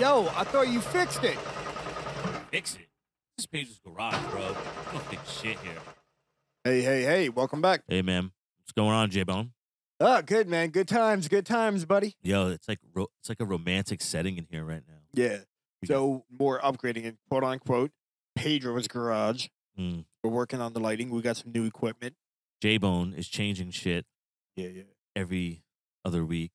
Yo, I thought you fixed it. Fix it. This page is garage, bro. Don't fix shit here. Hey, hey, hey, welcome back. Hey, man. What's going on, J Bone? Ah, good, man. Good times, good times, buddy. Yo, it's like ro- it's like a romantic setting in here right now. Yeah. We got- So, more upgrading in quote unquote Pedro's garage. Mm. We're working on the lighting. We got some new equipment. J Bone is changing shit Yeah, yeah. every other week.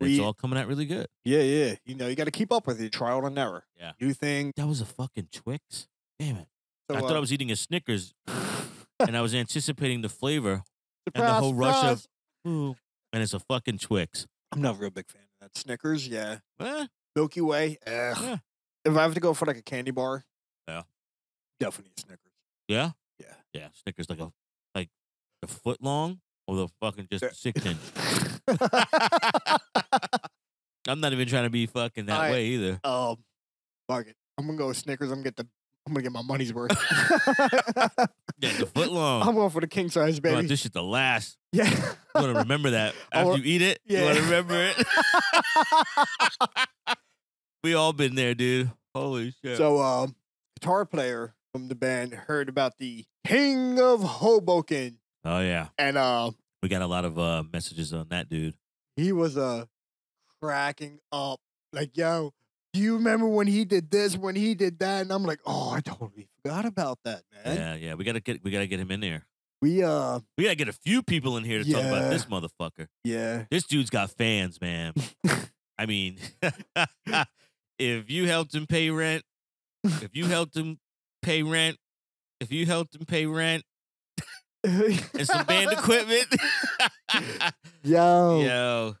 and It's We- all coming out really good. Yeah, yeah. You know, you got to keep up with it. Trial and error. Yeah. New thing. That was a fucking Twix. Damn it. So, I thought I uh, was eating a Snickers and I was anticipating the flavor. the surprise, whole rush of- surprise. Ooh. And it's a fucking Twix. I'm not a real big fan of that. Snickers, yeah. Eh, Milky Way, ugh. Yeah. If I have to go for like a candy bar, Yeah. definitely Snickers. yeah. Yeah. Yeah. Snickers like a like a foot long or the fucking just Yeah. six inch. I'm not even trying to be fucking that I- way either. um, fuck it. I'm gonna go with Snickers. I'm gonna get the. I'm gonna get my money's worth. Yeah, the foot long. I'm going for the king size, You baby. want this shit the last. yeah. You want to remember that I after wa- you eat it. You want to Yeah. remember it. we all been there, dude. Holy shit. So, um, guitar player from the band heard about the King of Hoboken, oh yeah, and um, we got a lot of uh, messages on that, dude. he was uh cracking up. Like, yo, do you remember when he did this? When he did that? And I'm like, oh, I totally forgot about that, man. Yeah, yeah. We gotta get we gotta get him in there. We uh, We gotta get a few people in here to talk about Yeah. this motherfucker. yeah, This dude's got fans, man. I mean, if you helped him pay rent, if you helped him pay rent, if you helped him pay rent and some band equipment, Yo, yo,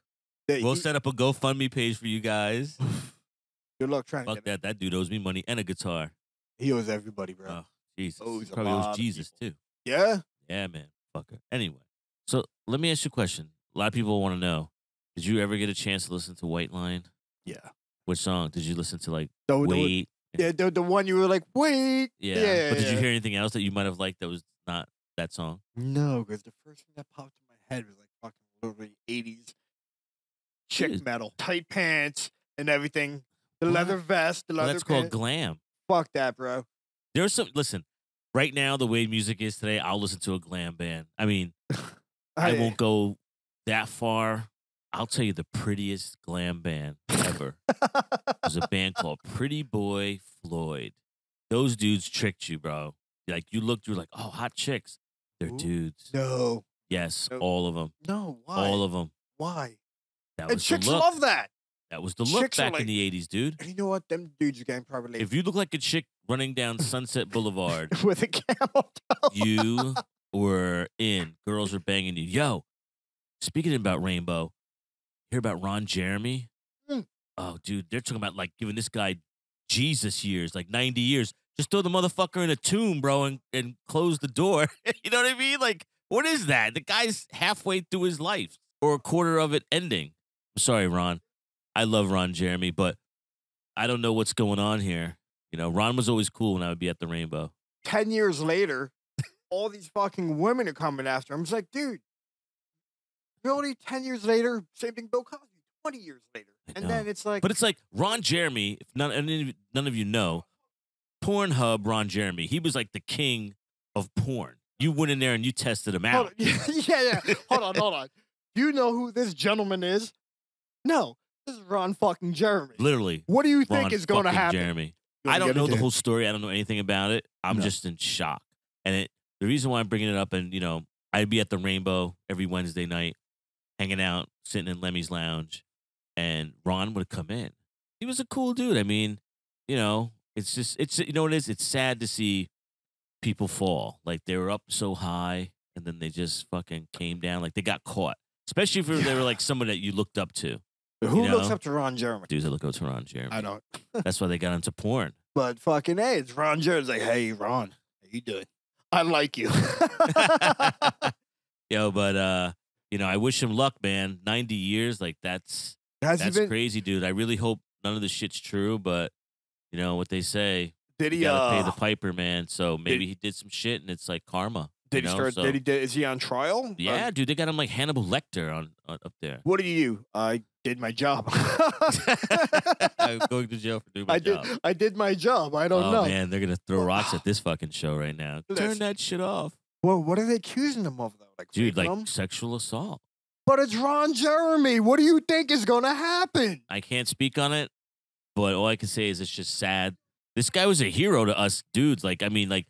They- we'll he- set up a GoFundMe page for you guys. good luck trying to get. Fuck That. that. That dude owes me money and a guitar. He owes everybody, bro. Oh, Jesus. Owes a Probably lot owes of Jesus, too. Yeah, Yeah, man. Fucker. Anyway, so let me ask you a question. A lot of people want to know Did you ever get a chance to listen to White Line? yeah. Which song? Did you listen to, like, The, the, Wait? yeah, the, the one you were like, wait, Yeah. yeah, but did you yeah. hear anything else that you might have liked that was not that song? no, because the first thing that popped in my head was like fucking literally eighties chick Dude. metal, tight pants and everything, the What? leather vest, the Well, leather that's called pants. glam. Fuck that, bro. There's some. Listen, right now the way music is today, I'll listen to a glam band. I mean, I won't go that far. I'll tell you the prettiest glam band ever. was a band called Pretty Boy Floyd. Those dudes tricked you, bro. Like you looked, you were like, oh, hot chicks. They're Ooh. dudes. no, Yes, No. all of them. no, why? All of them. why? That And was the chicks look. love that. That was the look Chicks are back like- in the '80s, dude. And you know what? Them dudes are getting probably If you look like a chick running down Sunset Boulevard, with a camel toe. you were in. Girls were banging you. Yo, speaking about Rainbow, hear about Ron Jeremy? Mm. Oh, dude, they're talking about like giving this guy Jesus years, like 90 years. Just throw the motherfucker in a tomb, bro, and, and close the door. you know what I mean? Like, what is that? The guy's halfway through his life or a quarter of it ending. I'm sorry, Ron. I love Ron Jeremy, but I don't know what's going on here. You know, Ron was always cool when I would be at the Rainbow. Ten years later, all these fucking women are coming after him. It's like, dude, really? Ten years later, same thing. Bill Cosby, twenty years later, I and know. then it's like, But it's like Ron Jeremy. If none, any of- none of you know, Pornhub Ron Jeremy. He was like the king of porn. You went in there and you tested him hold on. out. yeah, yeah. Hold on, hold on. Do you know who this gentleman is? No, this is Ron fucking Jeremy. Literally, What do you Ron think is going to fucking happen? Jeremy. You wanna I don't get know the into- whole story. I don't know anything about it. I'm No. just in shock. And it, the reason why I'm bringing it up, and you know, I'd be at the Rainbow every Wednesday night, hanging out, sitting in Lemmy's lounge, and Ron would come in. He was a cool dude. I mean, you know, it's just it's you know what it is. It's sad to see people fall. Like they were up so high, and then they just fucking came down. Like they got caught. Especially if they were like someone that you looked up to. Who you looks know? up to Ron Jeremy? Dudes that look up to Ron Jeremy. I don't. That's why they got into porn. But fucking hey, it's Ron Jeremy's like, hey, Ron, how you doing? I like you. Yo, but uh, you know, I wish him luck, man. Ninety years, like that's Has that's he been? crazy, dude. I really hope none of this shit's true, but you know what they say, Did you he? gotta pay Uh, the piper, man. So maybe he did some shit, and it's like karma. Did You he know, start? so- Did he? Did, is he on trial? Uh, Yeah, dude, they got him like Hannibal Lecter on, on up there. what do you? I did my job. I'm going to jail for doing my I did. job. I did my job. I don't oh know. man, they're gonna throw rocks at this fucking show right now. Listen. Turn that shit off, Well, what are they accusing him of though? Like, dude. Like rape 'em? sexual assault. but it's Ron Jeremy. What do you think is gonna happen? I can't speak on it, but all I can say is it's just sad. This guy was a hero to us dudes. Like, I mean, like,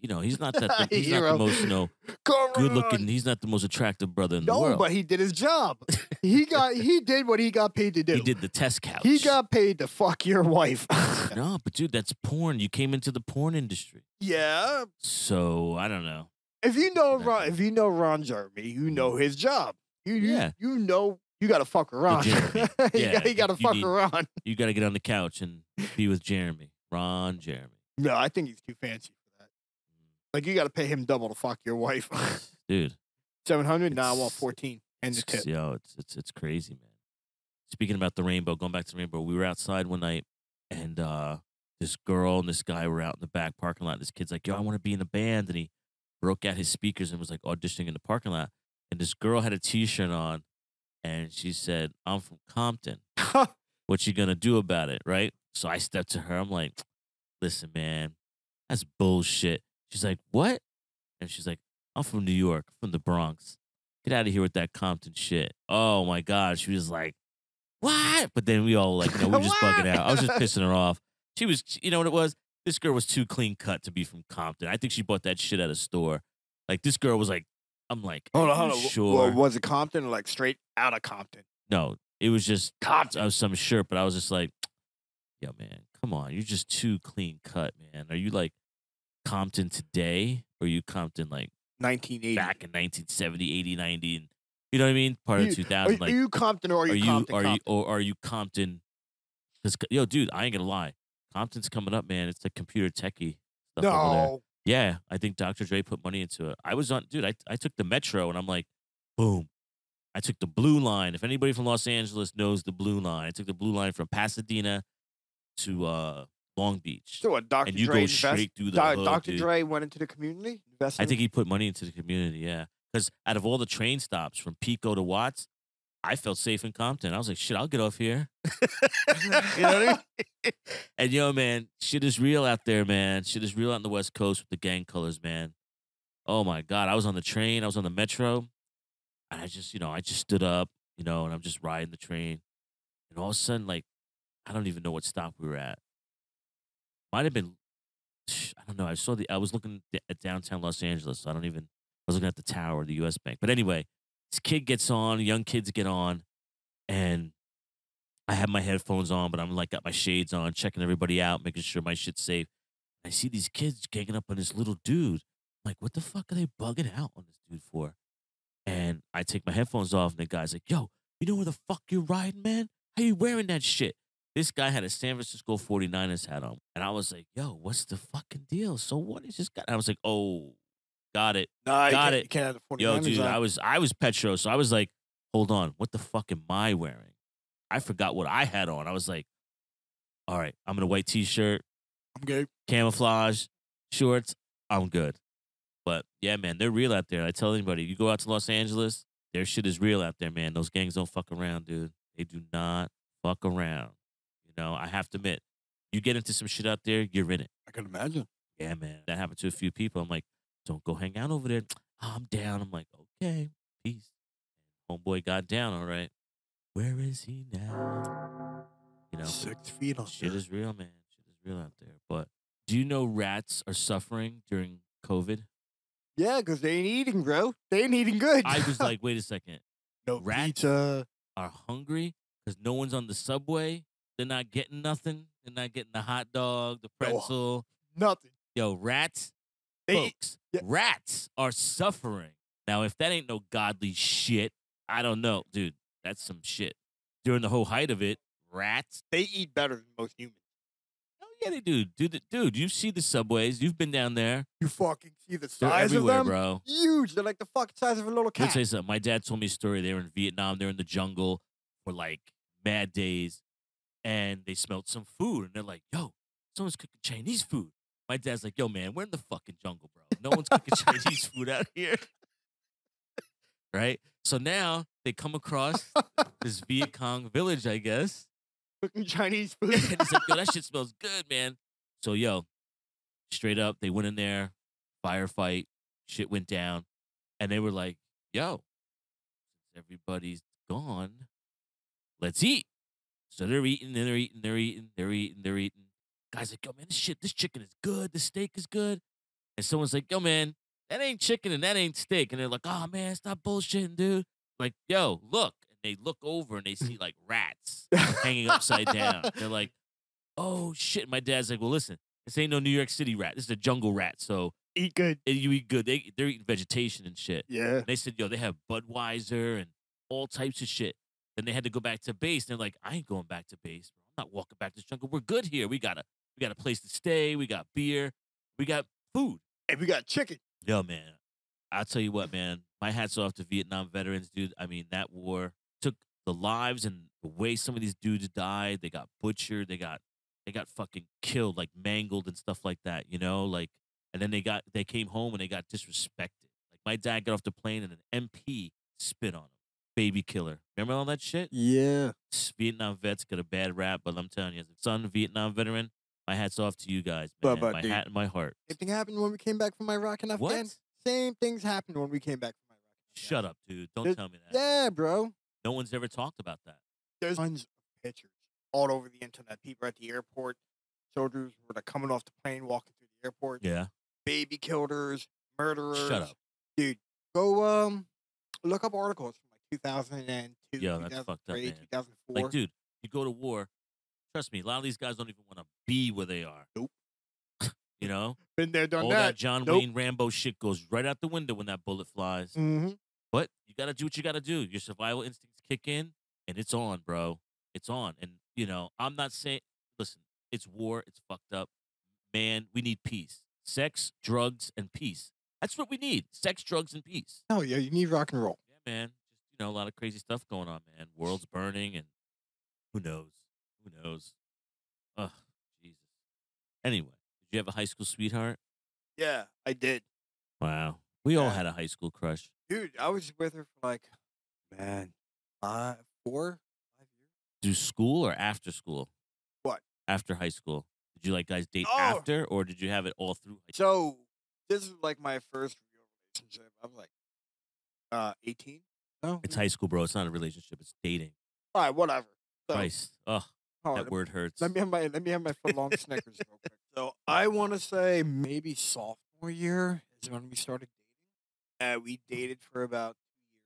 you know, he's not that. he's not Hero. the most, you know, Come good on. looking. He's not the most attractive brother in the No, world. but he did his job. He got. he did what he got paid to do. he did the test couch. He got paid to fuck your wife. no, but dude, that's porn. You came into the porn industry, yeah. so I don't know. If you know Yeah. Ron, if you know Ron Jeremy, you know his job. You you, Mm-hmm. Yeah. you know you got to fuck around. Jeremy. you Yeah, got, you got to you fuck need- around. You got to get on the couch and be with Jeremy, Ron, Jeremy. No, I think he's too fancy for that. Mm. Like you got to pay him double to fuck your wife. Dude, Seven hundred. Nah, I want It's- fourteen. And the tip. it's, yo, it's it's it's crazy, man. Speaking about the rainbow, going back to the rainbow, we were outside one night and uh this girl and this guy were out in the back parking lot. this kid's like, yo, I want to be in a band. And he broke out his speakers and was like auditioning in the parking lot. And this girl had a t shirt on and she said, I'm from Compton. What you gonna do about it? Right? So I stepped to her. I'm like, listen, man, that's bullshit. She's like, what? And she's like, I'm from New York, from the Bronx. Get out of here with that Compton shit. Oh my God. She was like, what? But then we all like, you know, we were just bugging out. I was just pissing her off. She was, you know what it was? This girl was too clean cut to be from Compton. I think she bought that shit at a store. Like this girl was like, I'm like, Hold "Are on, hold you on. Sure. Well, was it Compton or like straight out of Compton? no, it was just Compton. I was some shirt, but I was just like, yo, man, come on. You're just too clean cut, man. Are you like Compton today? Or are you Compton like 1980. back in 1970, 80, 90? And, you know what I mean? Part of You- 2000. Are, like, are you Compton or are you, Compton? are you, Compton? or are you Compton? Because, yo, dude, I ain't going to lie. Compton's coming up, man. It's the computer techie stuff over there. no. Yeah, I think Dr. Dre put money into it. I was on, dude. I I took the metro, and I'm like, boom. I took the blue line. If anybody from Los Angeles knows the blue line, I took the blue line from Pasadena to uh, Long Beach, So what, Dr. and you Dre go invest- straight through the Doc- hood, Dr. dude. Dre went into the community. Invested I think he put money into the community. Yeah, because out of all the train stops from Pico to Watts, I felt safe in Compton. I was like, shit, I'll get off here. You know what I mean? and yo, man, shit is real out there, man. Shit is real out on the West Coast with the gang colors, man. Oh my God. I was on the train, I was on the metro, and I just, you know, I just stood up, you know, and I'm just riding the train. And all of a sudden, like, I don't even know what stop we were at. Might have been, I don't know. I saw the, I was looking d- at downtown Los Angeles. So I don't even, I was looking at the tower, the US Bank. But anyway, this kid gets on, young kids get on, and I have my headphones on, but I'm like got my shades on, checking everybody out, making sure my shit's safe. I see these kids ganging up on this little dude. I'm like, what the fuck are they bugging out on this dude for? And I take my headphones off, and the guy's like, yo, you know where the fuck you're riding, man? How you wearing that shit? This guy had a San Francisco 49ers hat on. And I was like, yo, what's the fucking deal? So what is this guy? I was like, oh, got it. Nah, you Got can't- it. You can't have the 49 Yo, dude, I was I was Petro, so I was like, hold on, what the fuck am I wearing? I forgot what I had on. I was like, all right, I'm in a white t-shirt, I'm gay. camouflage, shorts, I'm good. But yeah, man, they're real out there. I tell anybody, you go out to Los Angeles, their shit is real out there, man. Those gangs don't fuck around, dude. They do not fuck around. You know, I have to admit, you get into some shit out there, you're in it. I can imagine. Yeah, man. That happened to a few people. I'm like, don't go hang out over there. I'm down. I'm like, okay, peace. Homeboy got down, all right. Where is he now? You know, Six feet on shit there. is real, man. Shit is real out there. But do you know rats are suffering during COVID? Yeah, because they ain't eating, bro. They ain't eating good. I was like, wait a second. no rats. pizza. Are hungry because no one's on the subway. They're not getting nothing. They're not getting the hot dog, the No. pretzel. Nothing. Yo, rats They eat- folks, yeah. rats are suffering. Now, if that ain't no godly shit, I don't know, dude. That's some shit. During the whole height of it, rats. they eat better than most humans. Oh yeah, they do, dude. Dude, you see the subways. You've been down there. You fucking see the They're size of everywhere, them. bro. Huge. They're like the fucking size of a little Let me cat. tell you something. My dad told me a story. They were in Vietnam. They're in the jungle for like mad days, and they smelled some food, and they're like, "Yo, someone's cooking Chinese food." My dad's like, yo, man, we're in the fucking jungle, bro. No one's cooking Chinese food out here. right? So now they come across this Viet Cong village, I guess. Cooking Chinese food. And he's like, yo, that shit smells good, man. So, yo, straight up, they went in there, firefight, shit went down. And they were like, yo, everybody's gone, let's eat. So they're eating, they're eating, they're eating, they're eating, they're eating. Guys like, yo, man, this shit, this chicken is good, this steak is good. And someone's like, yo, man, that ain't chicken and that ain't steak. And they're like, oh man, stop bullshitting, dude. Like, yo, look. And they look over and they see like rats hanging upside down. They're like, oh shit. My dad's like, well, listen, this ain't no New York City rat. This is a jungle rat. So eat good. eh, you eat good. They they're eating vegetation and shit. Yeah. And they said, yo, they have Budweiser and all types of shit. Then they had to go back to base. And they're like, I ain't going back to base. Bro. I'm not walking back to the jungle. We're good here. We got a we got a place to stay. We got beer. We got food. And we got chicken. Yo, man. I'll tell you what, man. My hat's off to Vietnam veterans, dude. I mean, that war took the lives and the way some of these dudes died. They got butchered. They got they got fucking killed, like mangled and stuff like that, you know? Like and then they got they came home and they got disrespected. Like my dad got off the plane and an MP spit on him. Baby killer. Remember all that shit? Yeah. S- Vietnam vets get a bad rap, but I'm telling you, as a son Vietnam veteran, my hat's off to you guys, Blah, man. blah, my dude. hat and my heart. Same thing happened when we came back from Iraq and Afghanistan. What? Same things happened when we came back from Iraq. and Shut up, dude. Don't There's- tell me that. Afghanistan. Yeah, bro. No one's ever talked about that. There's tons of pictures all over the internet. People at the airport, soldiers were like coming off the plane, walking through the airport. Yeah. Baby killers, murderers. Shut up. dude. Go um, look up articles from like 2002, Yo, that's fucked up, 2003, man. 2004. Like, dude, you go to war. Trust me, a lot of these guys don't even want to be where they are. Nope. you know, Been there, done all that, that. John Nope. Wayne Rambo shit goes right out the window when that bullet flies. hmm But you got to do what you got to do. Your survival instincts kick in, and it's on, bro. It's on. And, you know, I'm not saying, listen, it's war. It's fucked up. Man, we need peace. Sex, drugs, and peace. That's what we need. Sex, drugs, and peace. Oh yeah, you need rock and roll. Yeah, man. Just you know, a lot of crazy stuff going on, man. World's burning, and who knows? Who knows? Ugh, Jesus. Anyway, did you have a high school sweetheart? Yeah, I did, Wow, we all Yeah. had a high school crush. dude. I was with her for like, man, uh, four, five years. Do school or after school? What? After high school? Did you like guys date Oh. after, or did you have it all through? High school? So this is like my first real relationship. I was like, uh, eighteen. No, It's high school, bro. It's not a relationship. It's dating. All right, whatever. So, Christ, ugh, hold that on, word hurts. Let me have my let me have my foot long Snickers real quick. So I want to say maybe sophomore year is when we started dating. Uh, we dated for about two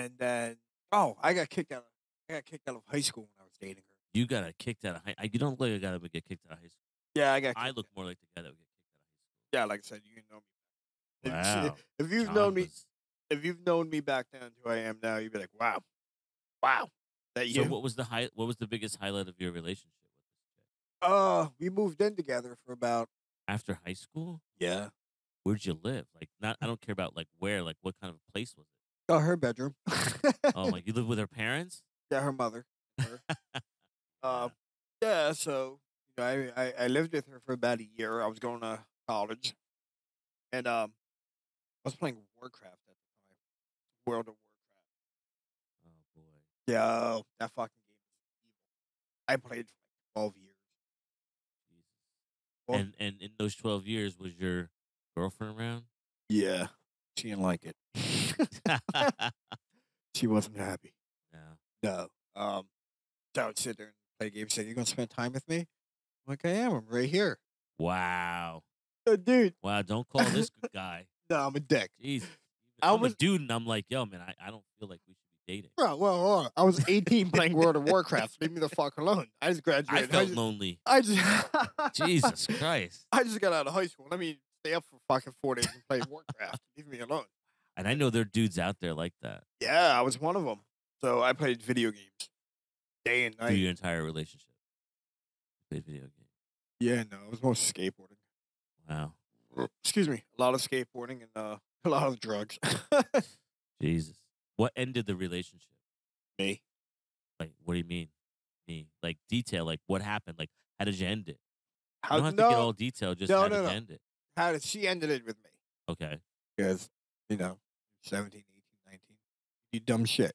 years, and then oh, I got kicked out. Of, I got kicked out of high school when I was dating her. you got kicked out of high. I- You don't look like a guy that would get kicked out of high school. Yeah, I got. I kicked look out. more like the guy that would get Yeah, like I said, you know me. If- kicked out of high school. Wow. If you've John known me, was- if you've known me back then to who I am now, you'd be like, wow, wow, that you. So what was the high? What was the biggest highlight of your relationship with this chick? uh, we moved in together for about After high school, yeah. where'd you live? Like, not I don't care about like where, like what kind of a place was it? Oh, her bedroom. Oh, like you lived with her parents? Yeah, her mother. Her. uh, yeah, so you know, I, I I lived with her for about a year. I was going to college, and um, I was playing Warcraft at the time, World of Warcraft. Oh boy, Yeah, that fucking game is evil. I played for like twelve years. Jesus. Well- and and in those twelve years, was your girlfriend around? Yeah, she didn't like it. no. She wasn't happy. No. Um, so I would sit there and play games. Say, "You gonna spend time with me?" I'm like, "I am. I'm right here." Wow, Uh, dude, wow! Don't call this g- guy. no, I'm a dick. Jesus, I I'm was- a dude, and I'm like, yo, man, I, I don't feel like we should be dating. Bro, well, hold on. I was 18 playing World of Warcraft. Leave me the fuck alone. I just I graduated. felt just, lonely. I just, Jesus Christ. I just got out of high school. Let me stay up for fucking four days and play Warcraft. Leave me alone. And I know there are dudes out there like that Yeah, I was one of them. So I played video games day and through night. your entire relationship. Played video games. Yeah, no, I was mostly skateboarding. Wow. Excuse me, a lot of skateboarding and uh, a lot of drugs. Jesus. What ended the relationship? me, Like, what do you mean? Me? Like, detail, like, what happened? Like, how did you end it? I How don't have no, to get all detailed. Just No, how no, to no. end it. how did she ended it with me? Okay. Because you know, 17, 18, 19, you dumb shit.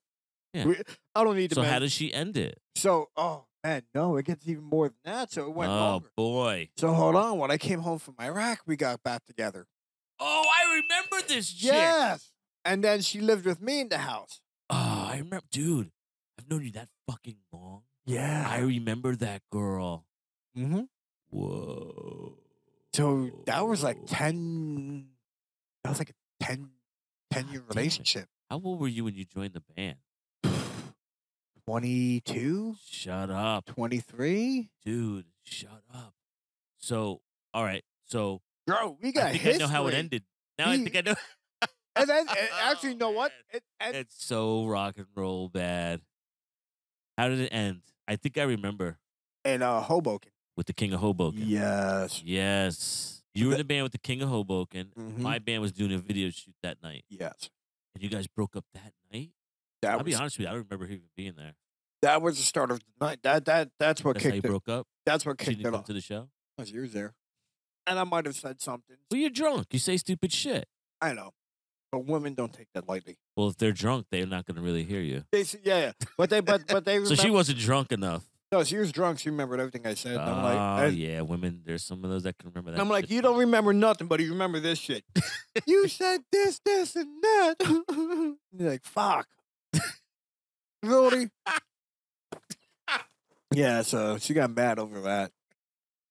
Yeah. We- I don't need to. So how men- does she end it? so oh man, no, it gets even more than that. So it went oh longer. boy. So hold on. When I came home from Iraq, we got back together. Oh, I remember this chick. Yes. And then she lived with me in the house. Oh, I remember, dude. I've known you that fucking long. Yeah. I remember that girl. mm-hmm. Whoa. So that was like Oh. 10, that was like a 10, 10 year God damn it. relationship. How old were you when you joined the band? 22, Shut up, 23. dude. Shut up. So, all right. So Bro, we got I think history. I know how it ended. Now I He- think I know. And then, and actually, you know Oh, what? man. It, and It's so rock and roll bad. How did it end? I think I remember in uh, Hoboken. with the King of Hoboken. Yes. Yes. You were in The- the band with the King of Hoboken. Mhm. My band was doing a video shoot that night. Yes. And you guys broke up that night? That I'll be was, honest with you, I don't remember even being there. that was the start of the night. That, that, that's what That's how you kicked it. broke up? That's what She kicked didn't it come off. to the show? Because you was there. And I might have said something. Well, you're drunk. You say stupid shit. I know. But women don't take that lightly. Well, if they're drunk, they're not going to really hear you. They see, yeah, yeah. But they but but they So remember, she wasn't drunk enough. no, she was drunk, she remembered everything I said. Oh, and I'm like and- yeah. Women, there's some of those that can remember and that. I'm like, shit. you don't remember nothing, but you remember this shit. you said this, this, and that. And You're like, fuck. really? yeah, so she got mad over that.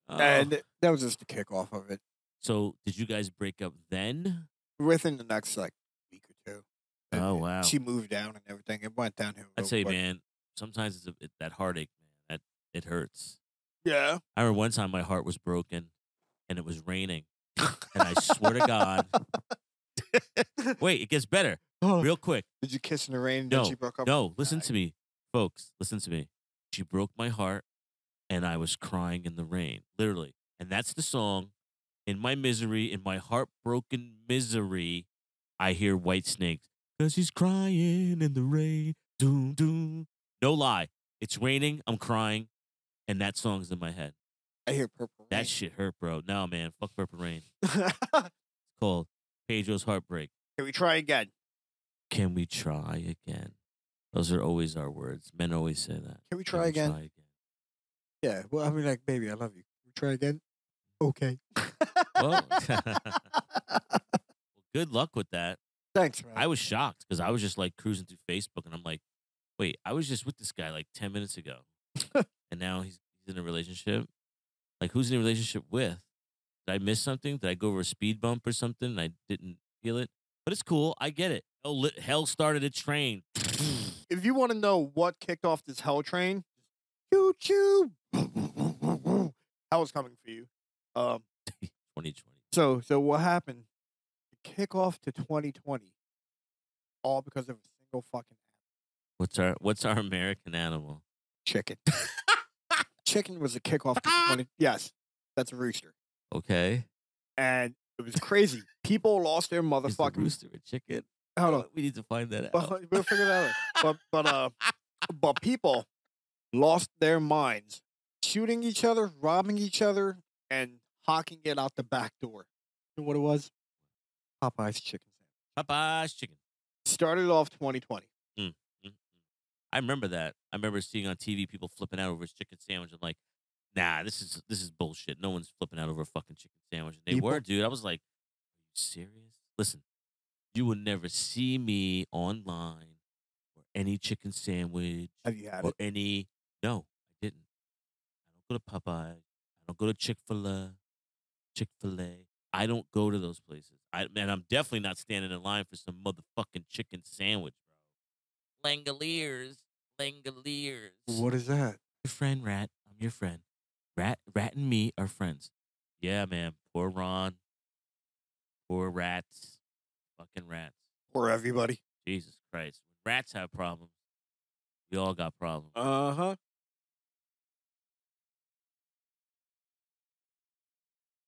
Oh. And that was just the kickoff of it. So did you guys break up then? Within the next like week or two. and Oh, wow. She moved down and everything. It went downhill. I real tell you, quick. man, sometimes it's a, it, that heartache, man, that it hurts. Yeah. I remember one time my heart was broken and it was raining. and I swear to God, wait, it gets better Oh, real quick. Did you kiss in the rain? and No, then she broke up. No, listen to me, folks. Listen to me. She broke my heart, and I was crying in the rain, literally. And that's the song. In my misery, in my heartbroken misery, I hear White Snakes. Cause he's crying in the rain. Doom doom. No lie. It's raining. I'm crying. And that song's in my head. I hear purple. That shit hurt, bro. No, man. Fuck Purple Rain. It's Rain. called Pedro's Heartbreak. Can we try again? Can we try again? Those are always our words. Men always say that. Can we Can try we again? Yeah. Well, I mean, like, baby, I love you. Can we try again? Okay. Well, good luck with that. Thanks, man. I was shocked because I was just like cruising through Facebook and I'm like, wait, I was just with this guy like 10 minutes ago. and now he's, he's in a relationship. Like, who's in a relationship with? Did I miss something? Did I go over a speed bump or something and I didn't feel it? But it's cool. I get it. Hell, lit, hell started a train. if you want to know what kicked off this hell train, choo choo. Hell's coming for you. Um. 2020. So, so what happened? The kickoff to 2020, all because of a single fucking What's our what's our American animal? chicken. chicken was the kickoff to 20. Yes, that's a rooster. Okay. and it was crazy. People lost their Is the motherfucking. rooster a chicken? Hold on, We need to find that out. but we'll figure that out. But but uh, but people lost their minds, shooting each other, robbing each other, and hocking it out the back door. You know what it was? Popeye's chicken sandwich. Popeye's chicken. Started off 2020. Mhm. I remember that. I remember seeing on TV people flipping out over a chicken sandwich. I'm like, nah, this is this is bullshit. No one's flipping out over a fucking chicken sandwich. And they People- were, dude. I was like, Are you serious? Listen, you will never see me online or any chicken sandwich Have you had or it? any no, I didn't. I don't go to Popeye. I don't go to Chick fil A. Chick fil A. I don't go to those places. I and I'm definitely not standing in line for some motherfucking chicken sandwich, bro. Langoliers. Langoliers. What is that? Your friend Rat. I'm your friend. Rat Rat and me are friends. Yeah, man. Poor Ron. Poor rats. Fucking rats. For everybody. Jesus Christ. Rats have problems. We all got problems. Uh huh.